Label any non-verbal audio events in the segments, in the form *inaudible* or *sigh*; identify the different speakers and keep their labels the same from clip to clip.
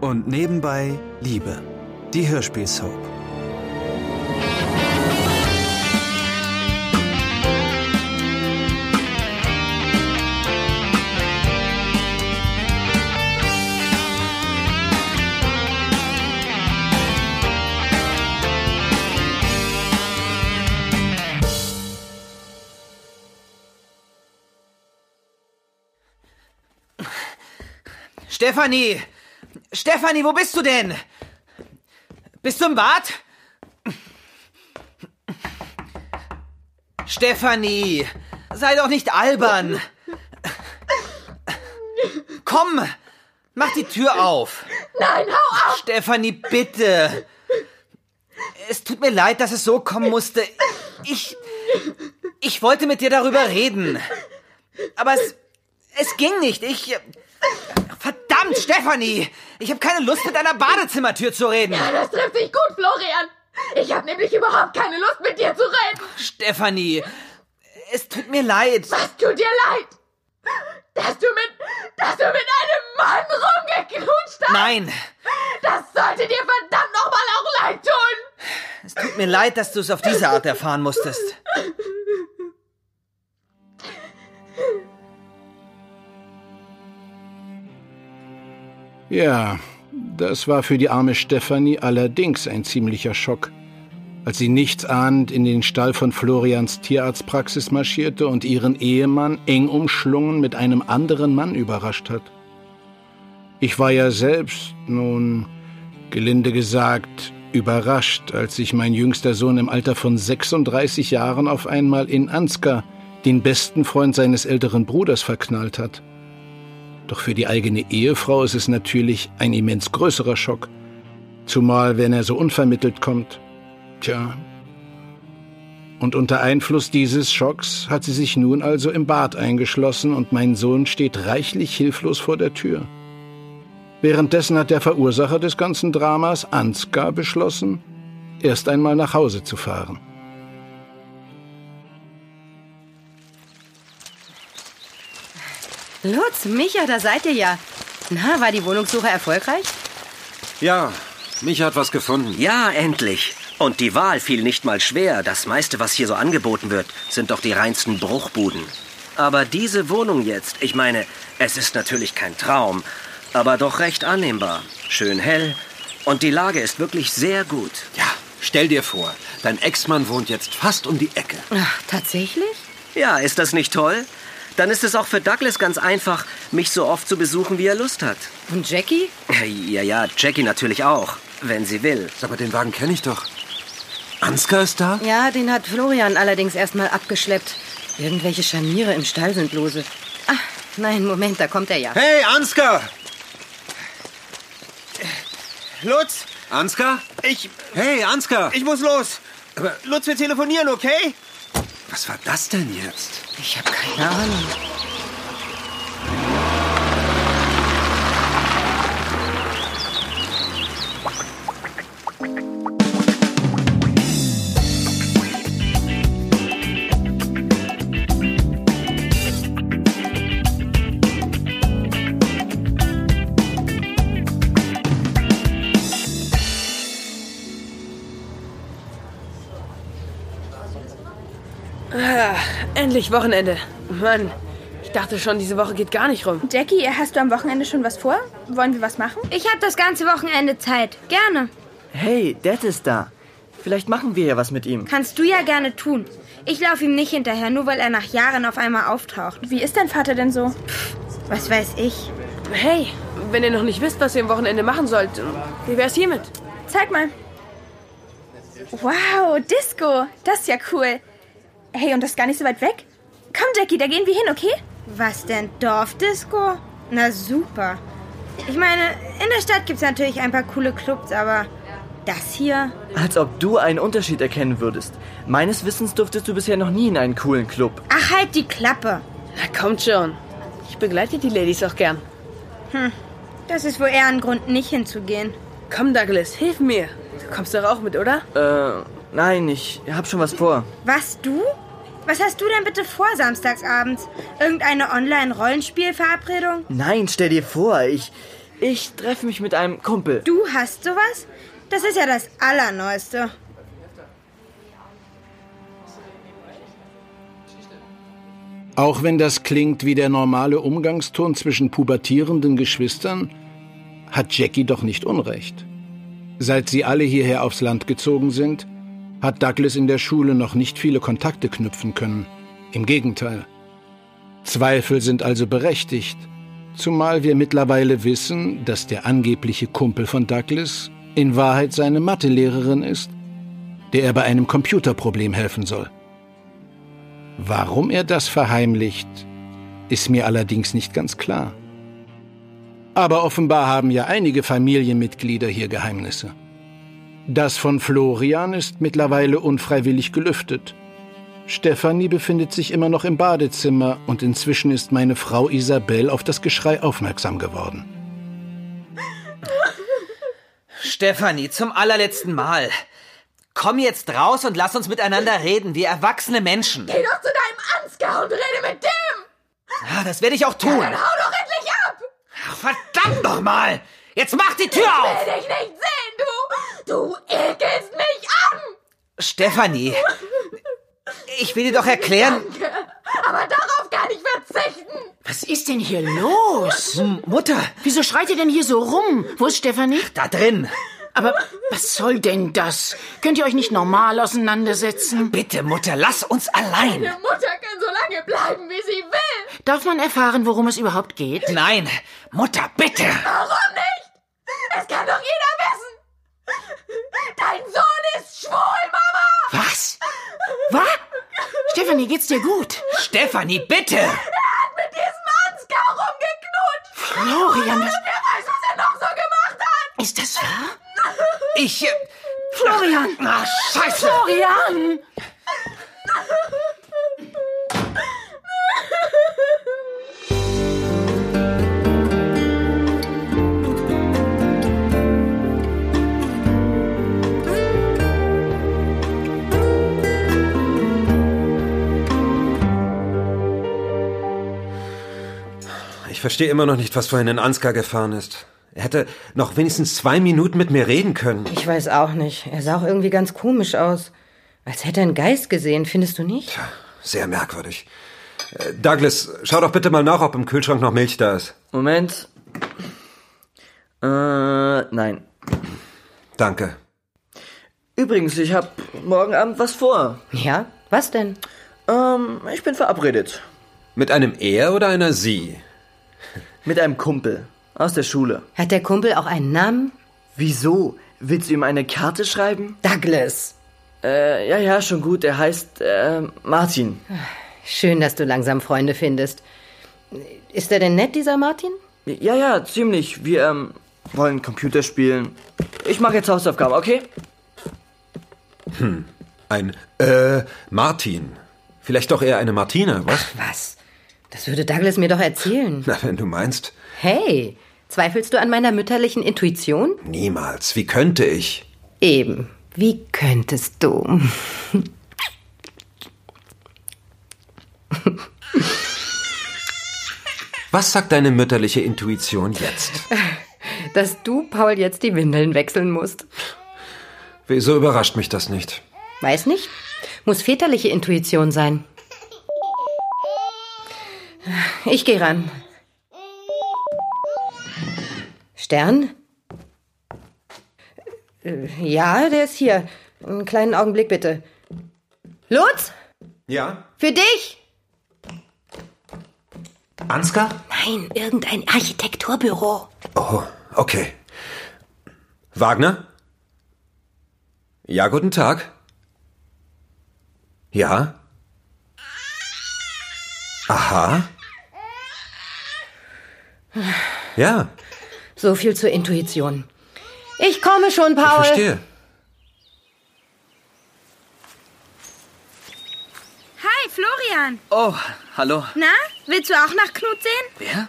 Speaker 1: Und nebenbei Liebe, die Hörspielsoap.
Speaker 2: Stefanie! Stefanie, wo bist du denn? Bist du im Bad? Stefanie,
Speaker 3: Ah,
Speaker 2: sei doch nicht albern. Komm, mach die Tür auf.
Speaker 3: Nein, hau ab!
Speaker 2: Stefanie, bitte. Es tut mir leid, dass es so kommen musste. Ich ich wollte mit dir darüber reden. Aber es es ging nicht. Ich Verdammt, Stefanie! Ich habe keine Lust, mit einer Badezimmertür zu reden.
Speaker 3: Ja, das trifft dich gut, Florian. Ich habe nämlich überhaupt keine Lust, mit dir zu reden.
Speaker 2: Stefanie, es tut mir leid.
Speaker 3: Was tut dir leid? Dass du mit, dass du mit einem Mann rumgeknutscht hast?
Speaker 2: Nein,
Speaker 3: Das sollte dir verdammt nochmal auch leid tun.
Speaker 2: es tut mir leid, dass du es auf diese Art erfahren musstest.
Speaker 4: Ja, das war für die arme Stefanie allerdings ein ziemlicher Schock. Als sie nichtsahnend in den Stall von Florians Tierarztpraxis marschierte und ihren Ehemann eng umschlungen mit einem anderen Mann überrascht hat. Ich war ja selbst, nun, gelinde gesagt, überrascht, als sich mein jüngster Sohn im Alter von 36 Jahren auf einmal in Ansgar, den besten Freund seines älteren Bruders, verknallt hat. Doch für die eigene Ehefrau ist es natürlich ein immens größerer Schock. Zumal, wenn er so unvermittelt kommt. Tja. Und unter Einfluss dieses Schocks hat sie sich nun also im Bad eingeschlossen und mein Sohn steht reichlich hilflos vor der Tür. Währenddessen hat der Verursacher des ganzen Dramas, Ansgar, beschlossen, erst einmal nach Hause zu fahren.
Speaker 5: Lutz, Micha, da seid ihr ja. Na, war die Wohnungssuche erfolgreich?
Speaker 6: Ja, mich hat was gefunden.
Speaker 7: Ja, endlich. Und die Wahl fiel nicht mal schwer. Das meiste, was hier so angeboten wird, sind doch die reinsten Bruchbuden. Aber diese Wohnung jetzt, ich meine, es ist natürlich kein Traum, aber doch recht annehmbar. Schön hell. Und die Lage ist wirklich sehr gut.
Speaker 6: Ja, stell dir vor, dein Ex-Mann wohnt jetzt fast um die Ecke.
Speaker 5: Ach, tatsächlich?
Speaker 7: Ja, ist das nicht toll? Dann ist es auch für Douglas ganz einfach, mich so oft zu besuchen, wie er Lust hat.
Speaker 5: Und Jackie?
Speaker 7: Ja, ja, Jackie natürlich auch, wenn sie will.
Speaker 6: Sag mal, den Wagen kenne ich doch. Ansgar ist da?
Speaker 5: Ja, den hat Florian allerdings erstmal abgeschleppt. Irgendwelche Scharniere im Stall sind lose. Ach, nein, Moment, da kommt er ja.
Speaker 6: Hey, Ansgar!
Speaker 8: Lutz,
Speaker 6: Ansgar?
Speaker 8: ich,
Speaker 6: Hey, Ansgar!
Speaker 8: ich muss los.
Speaker 6: Aber-
Speaker 8: Lutz, wir telefonieren, okay?
Speaker 6: Was war das denn jetzt?
Speaker 5: Ich habe keine Ahnung.
Speaker 9: Endlich Wochenende. Mann, ich dachte schon, diese Woche geht gar nicht rum.
Speaker 10: Jackie, hast du am Wochenende schon was vor? Wollen wir was machen?
Speaker 3: Ich habe das ganze Wochenende Zeit.
Speaker 10: Gerne.
Speaker 8: Hey, Dad ist da. Vielleicht machen wir ja was mit ihm.
Speaker 10: Kannst du ja gerne tun. Ich laufe ihm nicht hinterher, nur weil er nach Jahren auf einmal auftaucht.
Speaker 3: Wie ist dein Vater denn so?
Speaker 10: Was weiß ich?
Speaker 9: Hey, wenn ihr noch nicht wisst, was ihr am Wochenende machen sollt, wie wär's hiermit?
Speaker 3: Zeig mal. Wow, Disco. Das ist ja cool. Hey, und das ist gar nicht so weit weg. Komm, Jackie, da gehen wir hin, okay?
Speaker 10: Was denn? Dorfdisco? Na super. Ich meine, in der Stadt gibt's natürlich ein paar coole Clubs, aber das hier?
Speaker 8: Als ob du einen Unterschied erkennen würdest. Meines Wissens durftest du bisher noch nie in einen coolen Club.
Speaker 10: Ach, halt die Klappe.
Speaker 9: Na kommt schon. Ich begleite die Ladies auch gern.
Speaker 10: Das ist wohl eher ein Grund, nicht hinzugehen.
Speaker 9: Komm, Douglas, hilf mir. Du kommst doch auch mit, oder?
Speaker 8: Äh, nein, ich hab schon was vor.
Speaker 10: Was, du? Was hast du denn bitte vor samstagsabends? Irgendeine Online-Rollenspielverabredung?
Speaker 8: Nein, stell dir vor, ich. Ich treffe mich mit einem Kumpel.
Speaker 10: Du hast sowas? Das ist ja das Allerneueste.
Speaker 4: Auch wenn das klingt wie der normale Umgangston zwischen pubertierenden Geschwistern, hat Jackie doch nicht Unrecht. Seit sie alle hierher aufs Land gezogen sind, hat Douglas in der Schule noch nicht viele Kontakte knüpfen können. Im Gegenteil. Zweifel sind also berechtigt, zumal wir mittlerweile wissen, dass der angebliche Kumpel von Douglas in Wahrheit seine Mathelehrerin ist, der er bei einem Computerproblem helfen soll. Warum er das verheimlicht, ist mir allerdings nicht ganz klar. Aber offenbar haben ja einige Familienmitglieder hier Geheimnisse. Das von Florian ist mittlerweile unfreiwillig gelüftet. Stefanie befindet sich immer noch im Badezimmer und inzwischen ist meine Frau Isabel auf das Geschrei aufmerksam geworden.
Speaker 11: Stefanie, zum allerletzten Mal. Komm jetzt raus und lass uns miteinander reden, wir erwachsene Menschen.
Speaker 3: Geh doch zu deinem Ansgar und rede mit dem!
Speaker 11: Ah, das werde ich auch tun.
Speaker 3: Ja, dann hau doch endlich ab!
Speaker 11: Ach, verdammt doch mal! Jetzt mach die Tür
Speaker 3: ich
Speaker 11: auf!
Speaker 3: Ich will dich nicht sehen, du! Du ekelst mich an!
Speaker 11: Stefanie, ich will dir doch erklären...
Speaker 3: Danke, aber darauf kann ich verzichten!
Speaker 12: Was ist denn hier los?
Speaker 11: M Mutter!
Speaker 12: Wieso schreit ihr denn hier so rum? Wo ist Stefanie?
Speaker 11: Da drin!
Speaker 12: Aber was soll denn das? Könnt ihr euch nicht normal auseinandersetzen?
Speaker 11: Bitte, Mutter, lass uns allein.
Speaker 3: Meine Mutter kann so lange bleiben, wie sie will.
Speaker 12: Darf man erfahren, worum es überhaupt geht?
Speaker 11: Nein, Mutter, bitte.
Speaker 3: Warum nicht? Es kann doch jeder wissen. Dein Sohn ist schwul, Mama.
Speaker 12: Was? Was? Stefanie, geht's dir gut?
Speaker 11: Stefanie, bitte. Er
Speaker 3: hat mit diesem Ansgar rumgeknutscht.
Speaker 12: Florian, das...
Speaker 3: Wer weiß, was er noch so gemacht hat.
Speaker 12: Ist das wahr?
Speaker 11: Ich. Äh,
Speaker 12: Florian!
Speaker 11: Ach, Scheiße!
Speaker 12: Florian!
Speaker 6: Ich verstehe immer noch nicht, was vorhin in Ansgar gefahren ist. Er hätte noch wenigstens zwei Minuten mit mir reden können.
Speaker 5: Ich weiß auch nicht. Er sah auch irgendwie ganz komisch aus. Als hätte er einen Geist gesehen, findest du nicht? Tja,
Speaker 6: sehr merkwürdig. Äh, Douglas, schau doch bitte mal nach, ob im Kühlschrank noch Milch da ist.
Speaker 8: Moment. Äh, nein.
Speaker 6: Danke.
Speaker 8: Übrigens, ich hab morgen Abend was vor.
Speaker 5: Ja? Was denn?
Speaker 8: Ähm, ich bin verabredet.
Speaker 6: Mit einem Er oder einer Sie?
Speaker 8: Mit einem Kumpel. Aus der Schule.
Speaker 5: Hat der Kumpel auch einen Namen?
Speaker 8: Wieso? Willst du ihm eine Karte schreiben?
Speaker 5: Douglas.
Speaker 8: Äh, ja, ja, schon gut. Er heißt äh, Martin.
Speaker 5: Schön, dass du langsam Freunde findest. Ist er denn nett, dieser Martin?
Speaker 8: Ja, ja, ziemlich. Wir ähm, wollen Computer spielen. Ich mache jetzt Hausaufgaben, okay?
Speaker 6: Hm. Ein äh, Martin. Vielleicht doch eher eine Martina, was?
Speaker 5: Ach, was? Das würde Douglas mir doch erzählen.
Speaker 6: *laughs* Na, wenn du meinst.
Speaker 5: *laughs* Hey, zweifelst du an meiner mütterlichen Intuition?
Speaker 6: Niemals. Wie könnte ich?
Speaker 5: Eben. Wie könntest du?
Speaker 6: Was sagt deine mütterliche Intuition jetzt?
Speaker 5: Dass du, Paul, jetzt die Windeln wechseln musst.
Speaker 6: Wieso überrascht mich das nicht?
Speaker 5: Weiß nicht. Muss väterliche Intuition sein. Ich gehe ran. Stern? Äh, Ja, der ist hier. Einen kleinen Augenblick bitte. Lutz?
Speaker 6: Ja?
Speaker 5: Für dich?
Speaker 6: Ansgar?
Speaker 12: Nein, irgendein Architekturbüro.
Speaker 6: Oh, okay. Wagner? Ja, guten Tag. Ja? Aha. Ja.
Speaker 5: So viel zur Intuition. Ich komme schon, Paul.
Speaker 6: Ich verstehe.
Speaker 10: Hi, Florian.
Speaker 11: Oh, hallo.
Speaker 10: Na, willst du auch nach Knut sehen?
Speaker 11: Wer?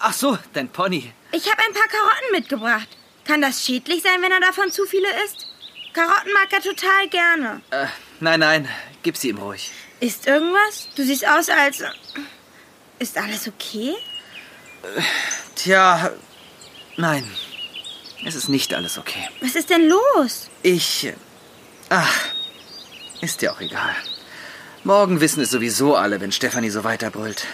Speaker 11: Ach so, dein Pony.
Speaker 10: Ich habe ein paar Karotten mitgebracht. Kann das schädlich sein, wenn er davon zu viele isst? Karotten mag er total gerne.
Speaker 11: Äh, nein, nein, gib sie ihm ruhig.
Speaker 10: Ist irgendwas? Du siehst aus äh, als... Ist alles okay?
Speaker 11: Tja,
Speaker 2: Nein, es ist nicht alles okay.
Speaker 10: Was ist denn los?
Speaker 2: Ich. äh, Ach, ist ja auch egal. Morgen wissen es sowieso alle, wenn Stefanie so weiterbrüllt.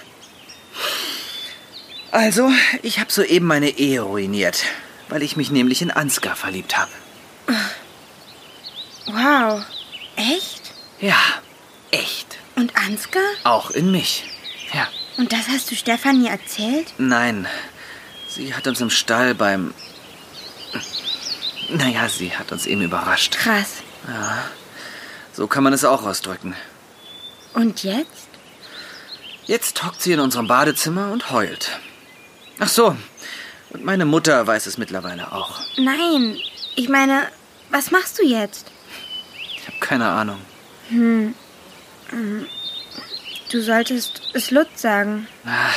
Speaker 2: Also, ich habe soeben meine Ehe ruiniert, weil ich mich nämlich in Ansgar verliebt habe.
Speaker 10: Wow. Echt?
Speaker 2: Ja, echt.
Speaker 10: Und Ansgar?
Speaker 2: Auch in mich. Ja.
Speaker 10: Und das hast du Stefanie erzählt?
Speaker 2: Nein, sie hat uns im Stall beim. Naja, sie hat uns eben überrascht.
Speaker 10: Krass.
Speaker 2: Ja, so kann man es auch ausdrücken.
Speaker 10: Und jetzt?
Speaker 2: Jetzt hockt sie in unserem Badezimmer und heult. Ach so, und meine Mutter weiß es mittlerweile auch.
Speaker 10: Nein. Ich meine, was machst du jetzt?
Speaker 2: Ich habe keine Ahnung.
Speaker 10: Hm. Hm. Du solltest es Lutz sagen.
Speaker 2: Ach,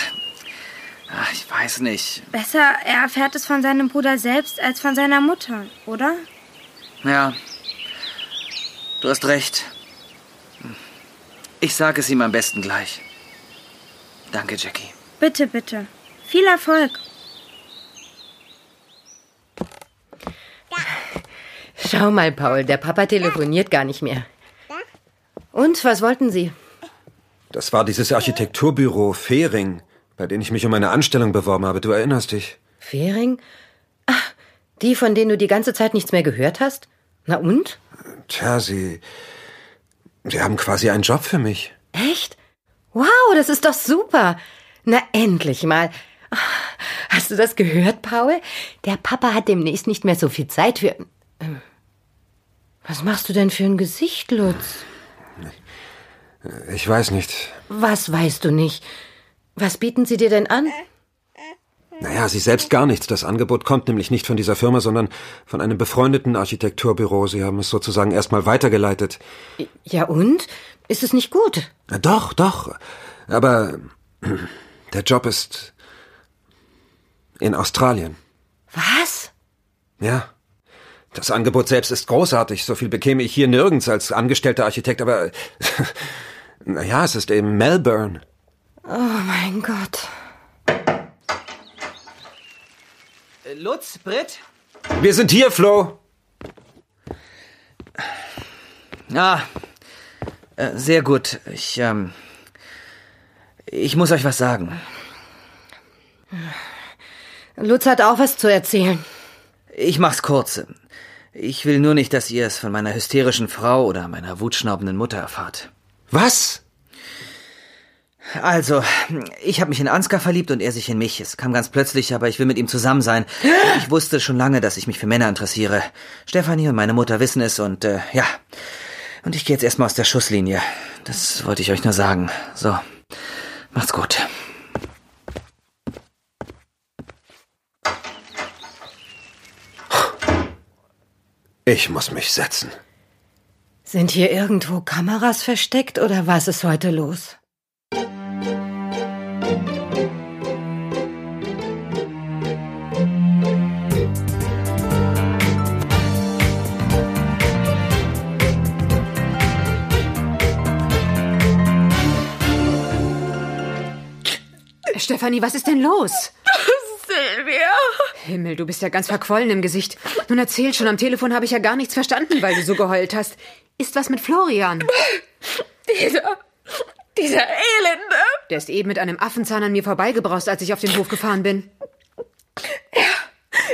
Speaker 2: ach, ich weiß nicht.
Speaker 10: Besser, er erfährt es von seinem Bruder selbst als von seiner Mutter, oder?
Speaker 2: Ja, du hast recht. Ich sage es ihm am besten gleich. Danke, Jackie.
Speaker 10: Bitte, bitte. Viel Erfolg.
Speaker 5: Schau mal, Paul, der Papa telefoniert gar nicht mehr. Und, was wollten Sie?
Speaker 6: Das war dieses Architekturbüro Fehring, bei dem ich mich um eine Anstellung beworben habe. Du erinnerst dich.
Speaker 5: Fering? Ach, Ah, die, von denen du die ganze Zeit nichts mehr gehört hast? Na und?
Speaker 6: Tja, sie. Sie haben quasi einen Job für mich.
Speaker 5: Echt? Wow, das ist doch super. Na, endlich mal. Ah, Hast du das gehört, Paul? Der Papa hat demnächst nicht mehr so viel Zeit für. Ähm, Was machst du denn für ein Gesicht, Lutz?
Speaker 6: Ich weiß nicht.
Speaker 5: Was weißt du nicht? Was bieten sie dir denn an?
Speaker 6: Naja, sie selbst gar nichts. Das Angebot kommt nämlich nicht von dieser Firma, sondern von einem befreundeten Architekturbüro. Sie haben es sozusagen erstmal weitergeleitet.
Speaker 5: Ja und? Ist es nicht gut?
Speaker 6: Na doch, doch. Aber *clears throat* der Job ist in Australien.
Speaker 5: Was?
Speaker 6: Ja. Das Angebot selbst ist großartig. So viel bekäme ich hier nirgends als angestellter Architekt, aber *laughs* naja, es ist eben Melbourne.
Speaker 5: Oh mein Gott.
Speaker 2: Äh, Lutz, Britt?
Speaker 6: Wir sind hier, Flo.
Speaker 2: Ah, äh, sehr gut. Ich, ähm, ich muss euch was sagen.
Speaker 5: Lutz hat auch was zu erzählen.
Speaker 2: Ich mach's kurz. Ich will nur nicht, dass ihr es von meiner hysterischen Frau oder meiner wutschnaubenden Mutter erfahrt.
Speaker 6: Was?
Speaker 2: Also, ich habe mich in Ansgar verliebt und er sich in mich. Es kam ganz plötzlich, aber ich will mit ihm zusammen sein. Ich wusste schon lange, dass ich mich für Männer interessiere. Stefanie und meine Mutter wissen es und äh, ja. Und ich gehe jetzt erstmal aus der Schusslinie. Das wollte ich euch nur sagen. So. Macht's gut.
Speaker 6: Ich muss mich setzen.
Speaker 5: Sind hier irgendwo Kameras versteckt oder was ist heute los?
Speaker 13: Stefanie, was ist denn los?
Speaker 9: Silvia.
Speaker 13: Himmel, du bist ja ganz verquollen im Gesicht. Nun erzähl schon, am Telefon habe ich ja gar nichts verstanden, weil du so geheult hast. Ist was mit Florian?
Speaker 9: Dieser. Dieser Elende.
Speaker 13: Der ist eben mit einem Affenzahn an mir vorbeigebraust, als ich auf den Hof gefahren bin.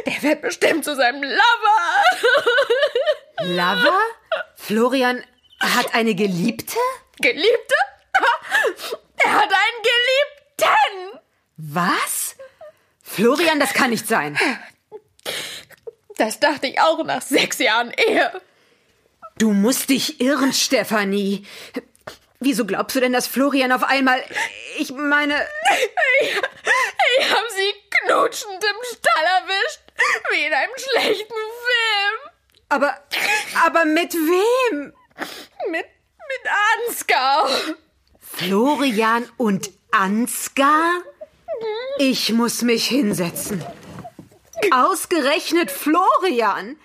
Speaker 9: Der wird bestimmt zu seinem Lover.
Speaker 13: Lover? Florian hat eine Geliebte?
Speaker 9: Geliebte? Er hat einen Geliebten.
Speaker 13: Was? Florian, das kann nicht sein.
Speaker 9: Das dachte ich auch nach sechs Jahren Ehe.
Speaker 13: Du musst dich irren, Stefanie. Wieso glaubst du denn, dass Florian auf einmal. Ich meine.
Speaker 9: Ich, ich hab sie knutschend im Stall erwischt, wie in einem schlechten Film.
Speaker 13: Aber. Aber mit wem?
Speaker 9: Mit. mit Ansgar.
Speaker 13: Florian und Ansgar? Ich muss mich hinsetzen. Ausgerechnet Florian.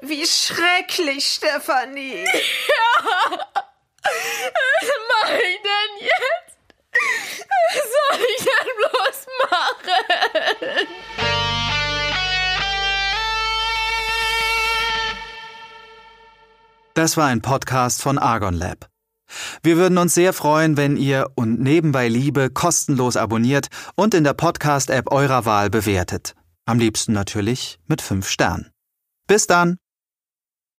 Speaker 13: Wie schrecklich, Stefanie.
Speaker 9: Ja. Was mach ich denn jetzt? Was soll ich denn bloß machen?
Speaker 1: Das war ein Podcast von Argon Lab. Wir würden uns sehr freuen, wenn ihr und nebenbei Liebe kostenlos abonniert und in der Podcast-App eurer Wahl bewertet. Am liebsten natürlich mit fünf Sternen. Bis dann!